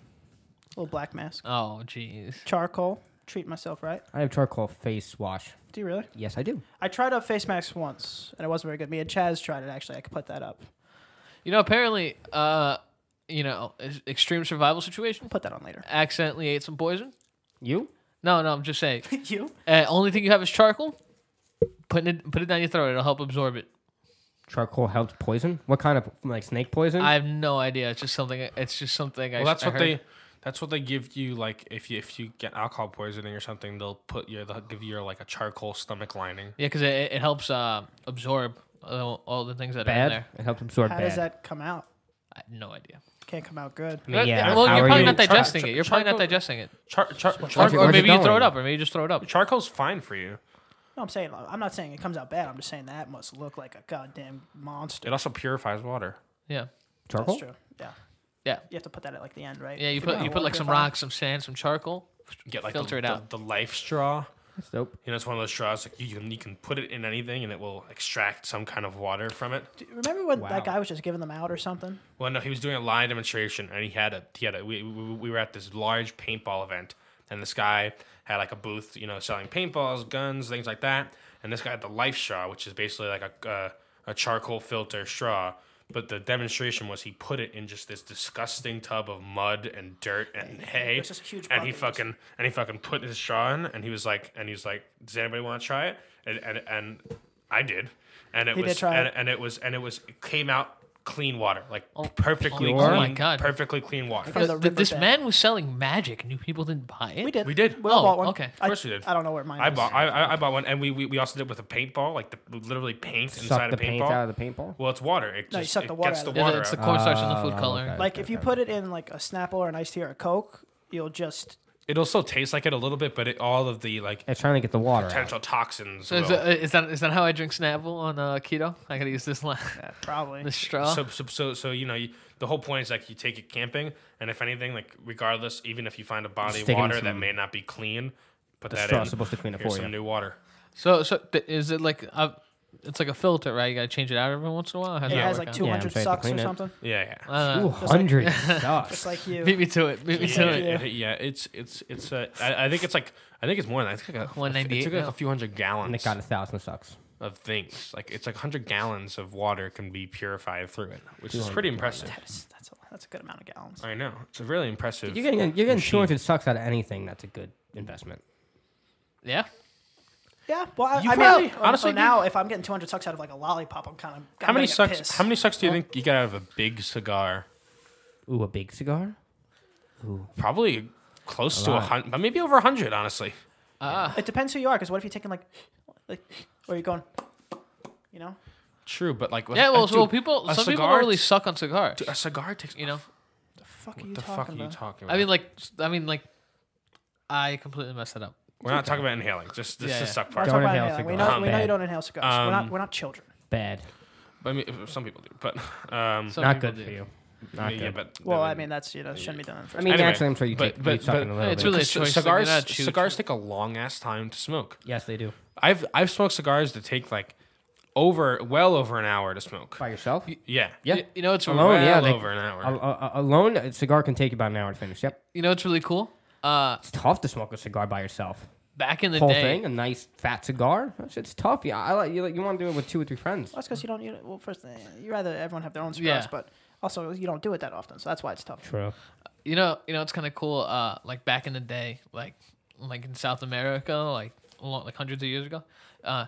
little black mask. Oh, jeez. Charcoal. Treat myself right. I have charcoal face wash. Do you really? Yes, I do. I tried a face mask once, and it wasn't very good. Me and Chaz tried it, actually. I could put that up. You know, apparently, uh, you know, ex- extreme survival situation. I'll put that on later. Accidentally ate some poison. You? No, no, I'm just saying. you? Uh, only thing you have is charcoal. Put it, put it down your throat. It'll help absorb it. Charcoal helps poison. What kind of like snake poison? I have no idea. It's just something. It's just something. I, Well, that's I what heard. they. That's what they give you, like if you if you get alcohol poisoning or something, they'll put your they'll give you like a charcoal stomach lining. Yeah, because it, it helps uh, absorb all, all the things that are in bad. there. It helps absorb How bad. does that come out? I have no idea. Can't come out good. I mean, yeah. well, how you're are probably you- not Char- digesting char- it. You're probably not charcoal- digesting it. Char, char, uh, Where's it- Or, or where's it maybe you throw going? it up, or maybe you just throw it up. charcoal's fine for you. No, I'm saying I'm not saying it comes out bad. I'm just saying that must look like a goddamn monster. It also purifies water. Yeah, charcoal? That's true. Yeah. Yeah. You have to put that at like the end, right? yeah. You If you're put you gonna put like walk some it down. rocks, some sand, some charcoal. Get like Filter the, it out. The, the life straw. That's dope. You know, it's one of those straws like you can you can put it in anything and it will extract some kind of water from it. Do you Remember when Wow. that guy was just giving them out or something? Well, no, he was doing a lion demonstration and he had a he had a we, we, we were at this large paintball event and this guy had like a booth, you know, selling paintballs, guns, things like that. And this guy had the life straw, which is basically like a uh, a charcoal filter straw. But the demonstration was he put it in just this disgusting tub of mud and dirt and hay, It's just a huge and he bucket. fucking and he fucking put his straw in, and he was like, and he was like, does anybody want to try it? And and, and I did, and it He did was try and, it. and it was and it was it came out clean water, like perfectly oh clean, my God. perfectly clean water. From Th- the th- river this bed. man was selling magic, and you people didn't buy it. We did. We did. We all Oh, bought one. okay. Of I- course we did. I don't know where mine I is. bought I, I, I bought one, and we, we, we also did it with a paintball, like the literally paint Suck inside the a paint paintball. out of the paintball. well, it's water. It No, you just suck it the water gets out the of it. Yeah, water it's the out. cornstarch and the food Oh, color. okay. Like if you put it in like a Snapple or an iced tea or a Coke, you'll just It'll still taste like it a little bit, but it, all of the like It's trying to get the water. Out. potential toxins. So is, will- that, is that is that how I drink Snapple on uh, keto? I gotta use this line, probably. this straw. So, so, so, so you know, you, the whole point is like you take it camping, and if anything, like regardless, even if you find a body of Stick 'em water that some- may not be clean, put The that straw's in. supposed to clean it Here's for some you. new water. So so th- is it like uh, it's like a filter, right? You gotta change it out every once in a while. How's It that has work like out? two- Yeah, I'm 200 trying to sucks clean or it. something. Yeah, yeah. I don't Ooh, know. hundred Just sucks. like you. Beat me to it. Beat me Yeah, to it. it- it- yeah, it's it's it's uh, I, I think it's like I think it's more than that. It's like a- a, 198 It took like now. a few hundred And it gallons got a thousand sucks. of things. Like it's like hundred gallons of water can be purified through it, which is pretty impressive. That is, that's, a, that's a good amount of gallons. I know it's a really impressive. You're getting you're getting two machine. hundred sucks out of anything. That's a good investment. Yeah. Yeah, well, I, You I probably- mean, honestly, honestly, now if I'm getting 200 sucks out of like a lollipop, I'm kind of How many sucks? How many sucks do you think you get out of a big cigar? Ooh, a big cigar. Ooh, Probably close to a lot. hundred, but maybe over a hundred. Honestly, Ah. It depends who you are, because what if you're taking like, like, or you're going, you know, true, but like with- yeah. Well, uh, well dude, people. a Some people cigar- really suck on cigars. dude, a cigar takes You know. the fuck are What you the talking fuck are about? you talking about? I mean, like. I mean, like. I completely messed it up. we're not talking about inhaling. Just this Yeah, is yeah. suck We're part. not Don't talking about inhale inhaling. We cigars. know, Um, we know you Bad. don't inhale cigars. we're not we're not children. bad. I mean, some people do, but um, Some Not people good do. for you. yeah, Not good. but Well, I then- mean that's you know shouldn't be done in the I first. mean, Anyway, naturally, I'm sure you but- take but- you suck but- in a little It's bit. really- a c- choice, like, Cigars, you're not choosing. cigars take a long ass time to smoke. yes, they do. I've I've smoked cigars that take like over well over an hour to smoke. By yourself. Yeah, Oh, Yeah. You, you know it's well Alone, yeah, they- over an hour. A- a- a- Alone, a cigar can take about an hour to finish. Yep. You know it's really cool. Uh, It's tough to smoke a cigar by yourself. back in the Whole day. thing, a nice fat cigar. That shit's tough. Yeah, I like you. Like, you want to do it with two or three friends. Well, that's because you don't. You know, well, first thing, you rather everyone have their own cigars, Yeah. but also you don't do it that often, so that's why it's tough. True. you know, you know, it's kind of cool. Uh, like back in the day, like like in South America, like a lot- like hundreds of years ago, uh,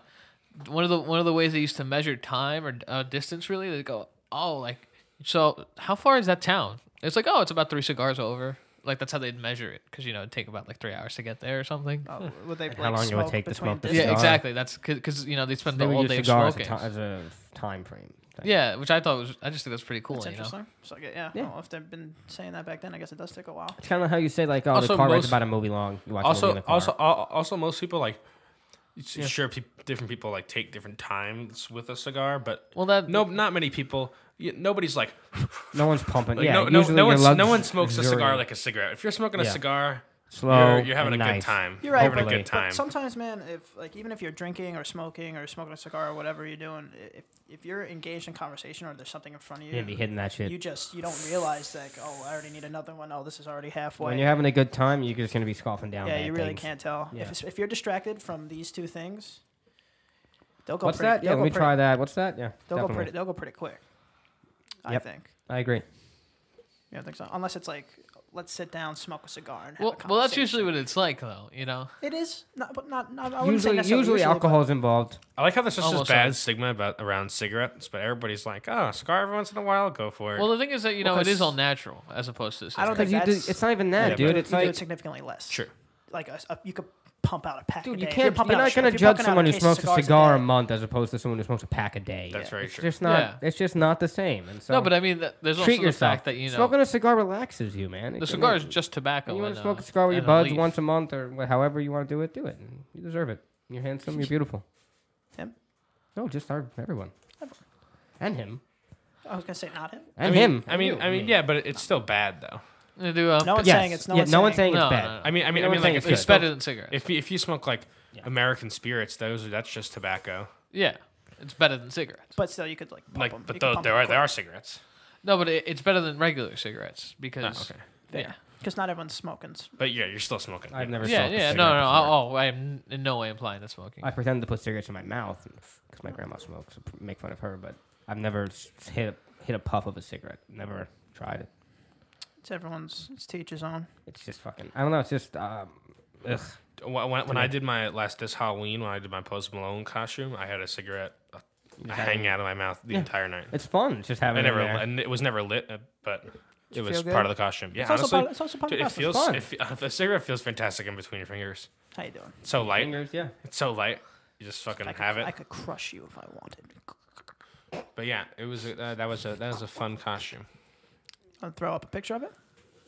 one of the one of the ways they used to measure time or uh, distance really, they go, oh, like so, how far is that town? It's like, oh, it's about three cigars over. Like that's how they'd measure it, because you know it'd take about like three hours to get there or something. Uh, would they, Hmm. how like, long it would smoke take to between smoke this dis- yeah, cigar. exactly. That's because you know they spend They the would whole use day cigar as a, smoking. ti- as a f- time frame. Thing. yeah, which I thought was I just think that's pretty cool. That's you know? interesting. So yeah, yeah. Yeah. Well, if they've been saying that back then, I guess it does take a while. It's kind of how you say like, oh, Also, the car most- ride's about a movie long. You watch a movie in also, the car. also, al- also, most people like. it's- Sure, peop different people like take different times with a cigar, but Well, that no, not many people. y- Nobody's like, no one's pumping. like yeah, no, no, usually no, your one's, no lungs one smokes a cigar exude like a cigarette. If you're smoking a Yeah. cigar, slow. you're, you're having a and good nice. time. You're right, having but- a good but time. But sometimes, man, if like even if you're drinking or smoking or smoking a cigar or whatever you're doing, i- if if you're engaged in conversation or there's something in front of you, You'd be hitting that shit. you just you don't realize like, oh, I already need another one. Oh, this is already halfway. when you're having a good time, you're just gonna be scoffing down. yeah, bad you really things. can't tell. Yeah. If If, if you're distracted from these two things, they'll go. What's pretty, that? they'll Yeah, let go me pretty, try that. What's that? Yeah, They'll definitely. go pretty. They'll go pretty quick. I Yep. think. I agree. Yeah, I think so. Unless it's like, let's sit down, smoke a cigar, and have well, a well, that's usually conversation. what it's like though. You know, it is. Not, but not. not I wouldn't say Usually, necessarily usually but- alcohol's involved. I like how there's just this Almost bad always. stigma about around cigarettes, but everybody's like, "Oh, cigar every once in a while, go for it." Well, the thing is that you know it 'cause- is all natural as opposed to. I don't Because cigarettes. think you do, that's- it's not even that, Yeah, you dude. do- It's you do like it significantly less. sure. Like a, s- a- you could pump out a pack. a Dude, day. you If can't. You're, pumping out not a- if gonna you're judge pumping out someone who case of smokes a cigars cigar a day, month as opposed to someone who smokes a pack a day. That's Yeah. very It's true. just not. Yeah. It's just not the same. And so, no, but I mean, th- there's also treat the yourself. fact that you know smoking a cigar relaxes you, man. It the can- cigar is just tobacco. You want and, to uh, smoke a cigar with your and buds leaf. once a month or wh- however you want to do it. Do it. And You deserve it. You're handsome. You're beautiful. Him? No, just our everyone. Everyone. And him. I was gonna say not him. And I mean, him. I mean, and you. I mean, yeah, but it- it's still bad though. You do, uh, No one's p- Yes. saying it's no yeah, one's no one's saying- saying it's No, bad. no, no. I mean, I You mean, I know mean, what I'm like if saying? you it's Good. smoke, better than cigarettes. if you, if you smoke like American spirits, those are that's just tobacco. yeah, it's better than cigarettes. But still, you could like. Pump Like, 'em. but You could though pump there 'em are there quick. are cigarettes. Oh, No, but it, it's better than regular cigarettes Ah, because okay. yeah, Because not everyone's smoking. s- But yeah, you're still smoking. I've never yeah, smoked a yeah. No, cigarette no. before. I, oh, I am in no way implying that smoking. I pretended to put cigarettes in my mouth because my grandma smokes. so p- Make fun of her, but I've never s- hit a, hit a puff of a cigarette. Never tried it. It's everyone's. It's to each his own. It's just fucking. I don't know. It's just. Um, ugh. When, when, when I did my last this Halloween, when I did my Post Malone costume, I had a cigarette uh, hanging out of my mouth the entire night. It's fun. It's just I having. never, it in there. and it was never lit, uh, but it was feel good? part of the costume. Yeah, It's also honestly, part. It's also part dude, of it us. feels fun. it, fe- a cigarette feels fantastic in between your fingers. How you doing? It's so light. Fingers, yeah. Mm-hmm. It's so light. You just fucking I could, have I it. could crush you if I wanted. But yeah, it was a, uh, that was a that was a fun costume. I'll throw up a picture of it.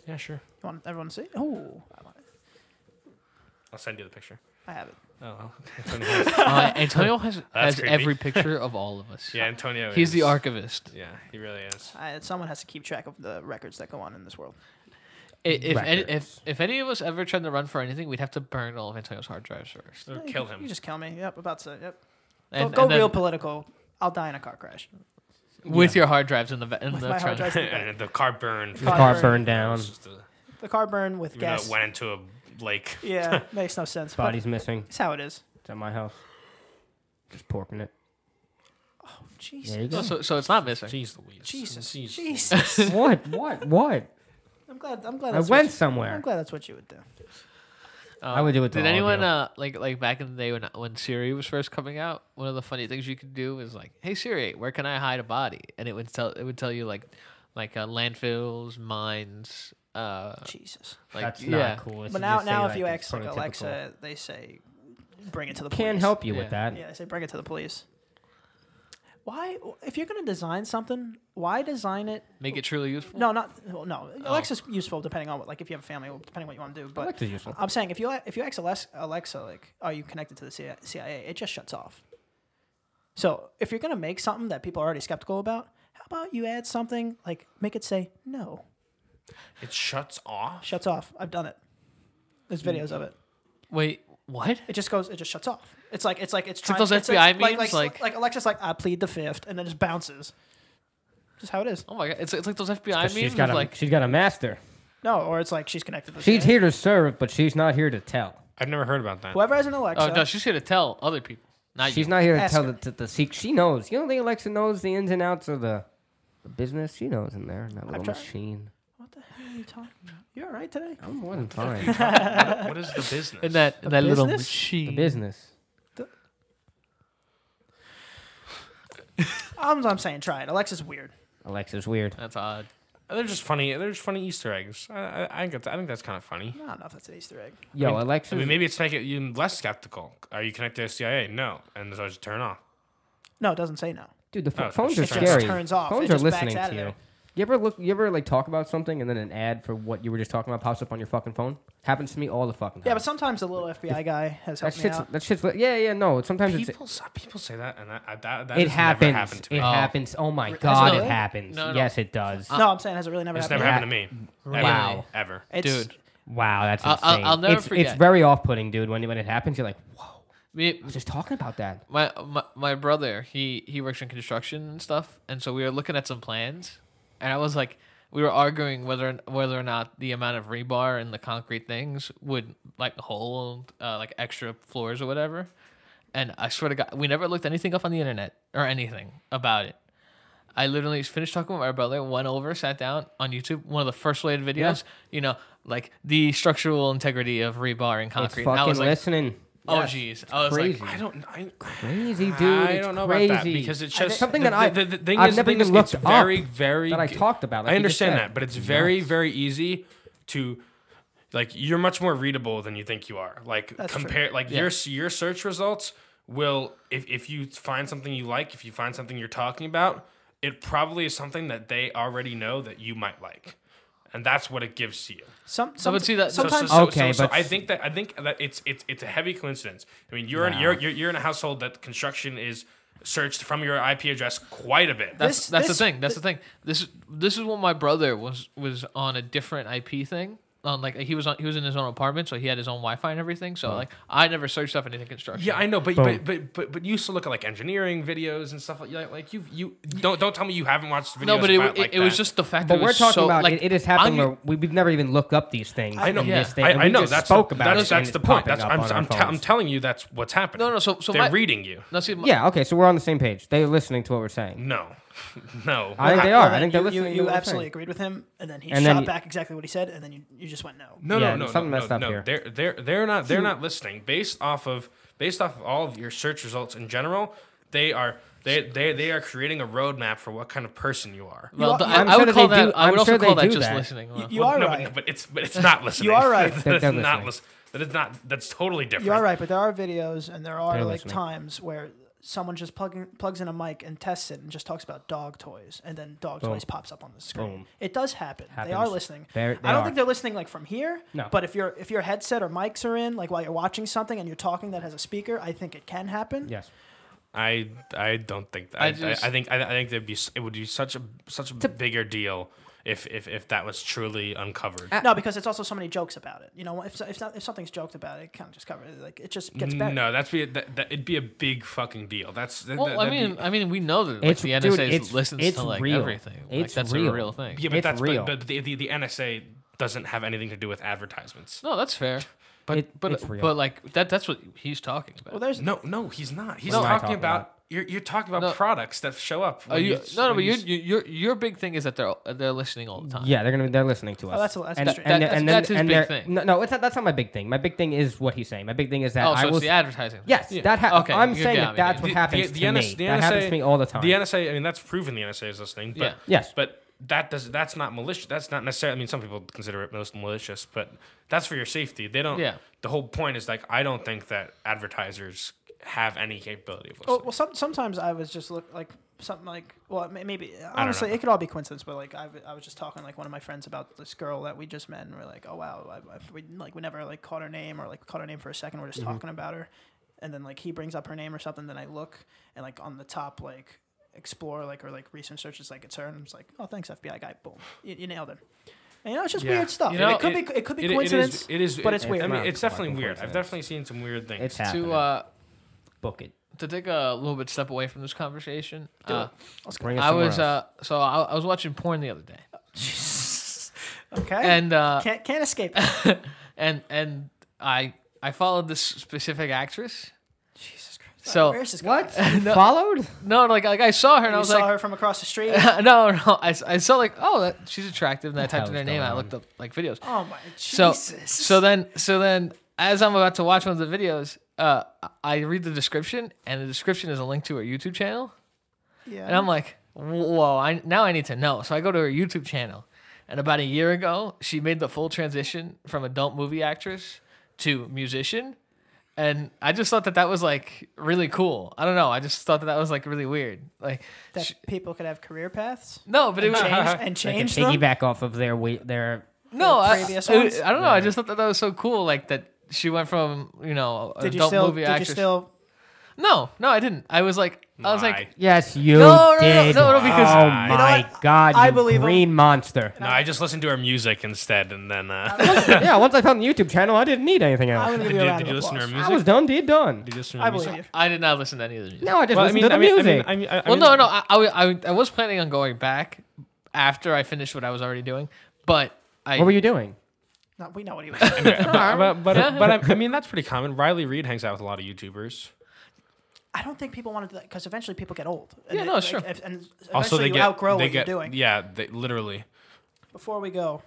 Yeah, sure. You want everyone to see? Oh, I want it. I'll send you the picture. I have it. Oh, Uh, Antonio has has creepy. every picture of all of us. yeah, Antonio. he's the is- archivist. Yeah, he really is. I, someone has to keep track of the records that go on in this world. I- If any, if Records. if any of us ever tried to run for anything, we'd have to burn all of Antonio's hard drives first. So Yeah, you kill could- him. You just kill me. Yep. About to. Yep. Go, And, go and then real political. I'll die in a car crash. with your hard drives in the va- in With the my hard trunk. drives in the back. and the car burned. The Car car burned. burned down. It's just a- The car burned with even though gas. it went into a lake. Yeah, makes no sense. but Body's missing. That's how it is. It's at my house. Just porking it. Jesus. There you Oh, go. so, so it's not missing. Jeez Louise. Jesus. Jeez. Jesus. what? What? What? I'm glad. I'm glad. I That's went What you, I'm somewhere. glad that's what you would do. Um, I would do it to all Did of anyone you. uh, like like back in the day when when Siri was first coming out? One of the funny things you could do is like, "Hey Siri, where can I hide a body?" And it would tell it would tell you like like uh, landfills, mines. Uh, Jesus. like That's yeah. not cool. It But should now, just say, now if like, you ask like prototypical. Alexa, they say, "Bring it to the police." can't help you with Yeah. that. Yeah, they say, "Bring it to the police." Why, if you're gonna design something, why design it? Make it truly useful. No, not well, no. Oh. Alexa's useful depending on what, like, if you have a family, depending on what you want to do. But Alexa's useful. I'm saying if you if you ask Alexa, Alexa like, "Are you connected to the CIA?" CIA, It just shuts off. So if you're gonna make something that people are already skeptical about, how about you add something like make it say no, It shuts off. shuts off. I've done it. Hmm. There's videos of it. Wait, what? It just goes. It just shuts off. It's like it's like it's trying. those it's, FBI it's like, like memes, like- like Alexa's like I plead the fifth, and then just bounces. Just how it is. Oh my god, it's, it's like those FBI memes. she's with, got a like she's got a master. No, or it's like she's connected. To She's CIA. here to serve, but she's not here to tell. I've never heard about that. Whoever has an Alexa. oh no, she's here to tell other people. Not She's you. not here to Ask tell her. the, the, the secret. She knows. You don't think Alexa knows the ins and outs of the, the business? She knows in there. in That little tried. machine. what the hell are you talking about? You all right today? I'm more than fine. What- what is the business? in that in that little business? the machine. business. I'm, I'm saying try it. Alexa's weird. Alexa's weird. That's odd. They're just funny. They're just funny Easter eggs. I, I, I think that's, I think that's kind of funny. I don't know if that's an Easter egg. Yo, I mean- Alexa. I mean, maybe it's to make it even less skeptical. Are you connected to the CIA? No, and so I just turn off. No, it doesn't say no. dude, the ph- Oh, phones it are just scary. turns off. It Phones are just backs listening out to of you. there. You ever look? You ever like talk about something and then an ad for what you were just talking about pops up on your fucking phone? Happens to me all the fucking time. Yeah, but sometimes the little FBI guy has that helped me shit's out. that shit's li- yeah yeah no. Sometimes it's People, some people say that, and I, I, that, that it has happens. never happened to it me. Oh. happens. Oh my god, really? it happens. No, no. Yes, it does. Uh, no, I'm saying has it really never It's happened? never Yeah. happened to me. Ever. Wow. Ever. It's- Dude, Wow, that's I'll- insane. I'll- I'll never it's, It's forget. very off-putting, dude. When when it happens, you're like, whoa. me, I was just talking about that. my, my my brother he he works in construction and stuff and so we were looking at some plans and i was like we were arguing whether whether or not the amount of rebar and the concrete things would like hold uh, like extra floors or whatever and i swear to god we never looked anything up on the internet or anything about it I literally finished talking with my brother, went over, sat down on YouTube, one of the first related videos, you know, like the structural integrity of rebar and It's concrete. and I fucking was like, listening. oh, jeez. I was Crazy, like, I don't. I, crazy, dude. I it's don't know crazy. about that because it's I- just something the- that I the, the thing I've is, the never thing even is, looked it's very up very that I g- talked about. like I you just understand said. that, but it's very very easy to like you're much more readable than you think you are. Like true. compare like your s- your search results will if if you find something you like, if you find something you're talking about, it probably is something that they already know that you might like. And that's what it gives to you. Some, I some, would see that- so- so- sometimes So, Okay, so, but- so I think that I think that it's it's it's a heavy coincidence. I mean, you're in, you're, you're you're in a household that construction is searched from your IP address quite a bit. That's This- that's this- the thing. That's the thing. This this is when my brother was was on a different IP thing. On like he was on he was in his own apartment, so he had his own Wi-Fi and everything. So like I never searched up anything construction. Oh. yeah, I know, but Boom. but, but but but you used to look at like engineering videos and stuff like like, like you you don't don't tell me you haven't watched videos. no, but it, about, it, like it was that. just the fact. that But it we're was talking so, about like, it, it has happened I'm- where we- we've never even looked up these things. I know. and Yeah. this thing, I, and I we know just that's spoke about that's, it and that's the it's point. popping That's up I'm on our I'm, te- I'm phones. telling you that's what's happening. No, no, so- so they're my- reading you. No, see, my- Yeah. Okay. So we're on the same page. They're listening to what we're saying. No, no. I think they are. I think they're you, you, listening. to you what we're absolutely saying. agreed with him, and then he And shot then you- back exactly what he said, and then you, you just went no. No, Yeah, no, no, something no, messed no, up no. here. They're they're they're not Hmm. they're not listening. Based off of based off of all of your search results in general, they are they they they are creating a roadmap for what kind of person you are. well, You- I, I'm I sure would that call they that. do- I I'm would also sure they call that do just that. listening. You, Well, you are no, right. but, but it's but it's not listening. You are right. that's They're- they're not listening. listening. That is not that's totally different. You are right, but there are videos and there are They're like listening. times where someone just plugging, plugs in a mic and tests it and just talks about dog toys, and then dog toys pops up on the screen. Boom. It does happen. They are Happens. listening. They're- they I don't are. think they're listening like from here. No. But if your if your headset or mics are in, like while you're watching something and you're talking that has a speaker, I think it can happen. Yes. I I don't think that. I I, I, just- I think I, I think there'd be s- it would be such a such a bigger deal if if if that was truly uncovered. No, because it's also so many jokes about it. You know, if if, if something's joked about it, it kind of just covers. Like it just gets better. No, that's be that, that, it'd be a big fucking deal. That's that, Well, that- I that'd mean, be- I mean, we know that like, It's- the dude, NSA it's- listens it's to like real. everything. like It's that's real. a real thing. yeah, but it's that's real. But, but the, the the NSA doesn't have anything to do with advertisements. No, that's fair. But It- but it's real. but like that that's what he's talking about. Well, there's No, no, he's not. He's No, talking, I'm talking about, about- you're you're talking about No. products that show up. Are when you, s- no, no, when but you your s- your your big thing is that they're they're listening all the time. Yeah, they're gonna be, they're listening to us. that's- that's and, true. and- That- and that's- then- that's his and big they're- thing. No, no, it's not, that's not my big thing. My big thing is what he's saying. My big thing is that Oh, I so was it's the advertising. yes, Yeah. that ha- Okay, I'm saying you're getting that me. that's what The- happens the- the to NS me. that happens to me all the time. The NSA, I mean, that's proven the NSA is listening. But Yeah. Yes. But that does that's not malicious. That's not necessarily. I mean, some people consider it most malicious, but that's for your safety. They don't. Yeah. The whole point is like I don't think that advertisers have any capability of listening. Oh, Well, well some, sometimes I was just look, like something like well may- maybe honestly know. it could all be coincidence, but like I, w- I was just talking like one of my friends about this girl that we just met and we're like oh wow I, I, we like we never like caught her name or like caught her name for a second we're just Mm-hmm. talking about her, and then like he brings up her name or something then I look and like on the top like explore like or like recent search it's like it's her and I'm just like oh thanks FBI guy boom you, you nailed it. And, you know, it's just Yeah. weird stuff. You know, it could it- be it could be It- it is- coincidence. It is, but it's it- weird. I mean, It's it's not definitely weird. I've coincidence. definitely seen some weird things. it's happening. To uh, Book it. to take a little bit step away from this conversation, uh, Let's go. Bring us I was somewhere uh, so I, I was watching porn the other day, Okay. and uh, can't can't escape. it. and and I I followed this specific actress. Jesus Christ. So- Where is this going? else. what You followed? No, like like I saw her and you I was saw like, her from across the street. no, no, I, s- I saw like oh that, she's attractive, and I typed in hell's her name. and I going looked up like videos. Oh my So Jesus! so then so then as I'm about to watch one of the videos, uh, I read the description, and the description is a link to her YouTube channel. yeah, And I'm like, whoa, I, now I need to know. So I go to her YouTube channel. And about a year ago, she made the full transition from adult movie actress to musician. And I just thought that that was like really cool. I don't know. I just thought that that was like really weird. Like, that sh- people could have career paths no, but it was. change, and They change can them. piggyback off of their wa- their. No, I, previous it- ones? I don't know. I just thought that that was so cool. Like, that she went from, you know, Did you adult still? movie Did you actress. still? No, no, I didn't. I was like, I was Lie. like, Yes, you No, no, no, did. no, no, because- oh You know my what? god! I you believe 'em. green monster. no, I just listened to her music instead, and then uh, yeah, once I found the YouTube channel, I didn't need anything I'm else. gonna give did, you a you- round did of you listen to her applause. I music? was done, did done. Did you listen to her I music? believe you. I did not listen to any of the music. No, I just Well, I listened mean, to the I mean, I music. mean, I mean, I- I Well, mean- no, no, I, I, I- I was planning on going back after I finished what I was already doing, but I what were you doing? No, we know what he was. doing. but but, but, but I, I mean that's pretty common. Riley Reed hangs out with a lot of YouTubers. I don't think people want to do that because eventually people get old. And Yeah, it- no, like, sure. if- and eventually Also, they you get outgrow they what get, you're doing. Yeah, they, literally. Before we go,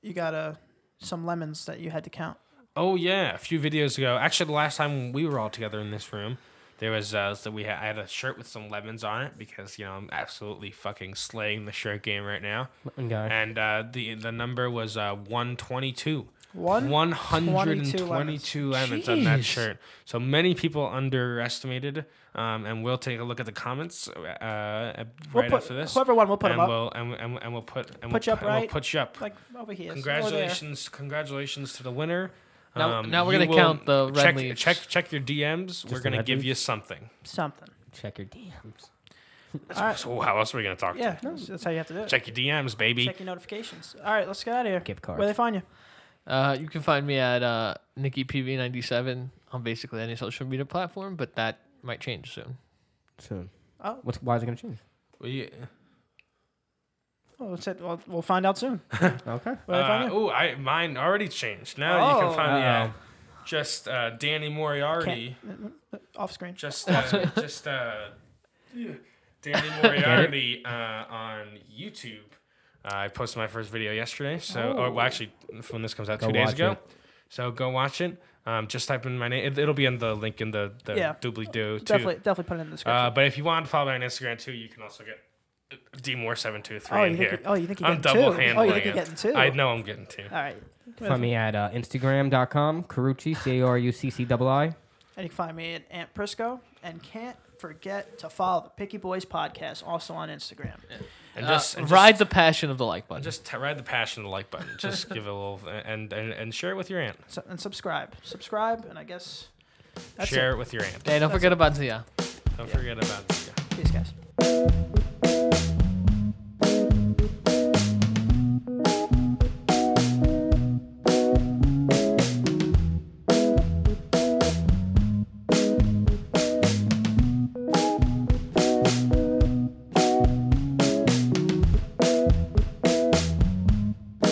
you got uh, some lemons that you had to count. Oh yeah, a few videos ago. Actually, the last time we were all together in this room, there was uh, so we had, I had a shirt with some lemons on it because you know I'm absolutely fucking slaying the shirt game right now. Okay. And uh, the the number was uh, 122. One 122 lemons. 122 on that Jeez. shirt. So many people underestimated, um, and we'll take a look at the comments uh, uh, We'll right put, after this. Whoever won, we'll put and them up. We'll, and, we- and, we- and we'll put and Put you we'll, up pu- and we'll right. put you up. like over here. so- or there. Congratulations, congratulations to the winner. Um, Now- now we're you gonna will count the red check, leaves. Check check your DMs. we're the gonna red give leaves? you something. Something. Check your DMs. All right. So how else are we gonna talk? Yeah, To? that's that's how you have to do it. Check your DMs, baby. Check your notifications. All right, let's get out of here. Gift cards. Where they find you? uh, you can find me at uh, NikkiPV97 on basically any social media platform, but that might change soon. Soon. Oh. What's, why is it going to change? We- Well, that's it. Well, we'll find out soon. Okay. Where they find you? oh, I mine already changed. Now you Oh. can find me Uh-oh. at just uh, Danny Moriarty. Off screen. Just uh, just uh, Danny Moriarty uh, on YouTube. Uh, I posted my first video yesterday, so or, well, actually when this comes out Go two days watch ago. it. So go watch it. Um, just type in my name. It, it'll be in the link in the, the Yeah. doobly doo too. Definitely, definitely put it in the description. Uh, but if you want to follow me on Instagram too, you can also get uh, dmore723 oh, in you think here. You, oh, you think you're I'm getting double two? handling Oh, you think you're it. getting two? I know I'm getting two. All right. Find me at uh, Instagram.com, Carucci, C A R U C C double I. And you can find me at Aunt Prisco. And can't forget to follow the Picky Boys podcast also on Instagram. And just, Uh, and ride the passion of the like button. Just, just t- ride the passion of the like button. Just give it a little and and, and share it with your aunt. So, and subscribe. Subscribe. And I guess that's share it with your aunt. hey, don't forget about Zia. Don't forget about. it. Peace, guys. Bye.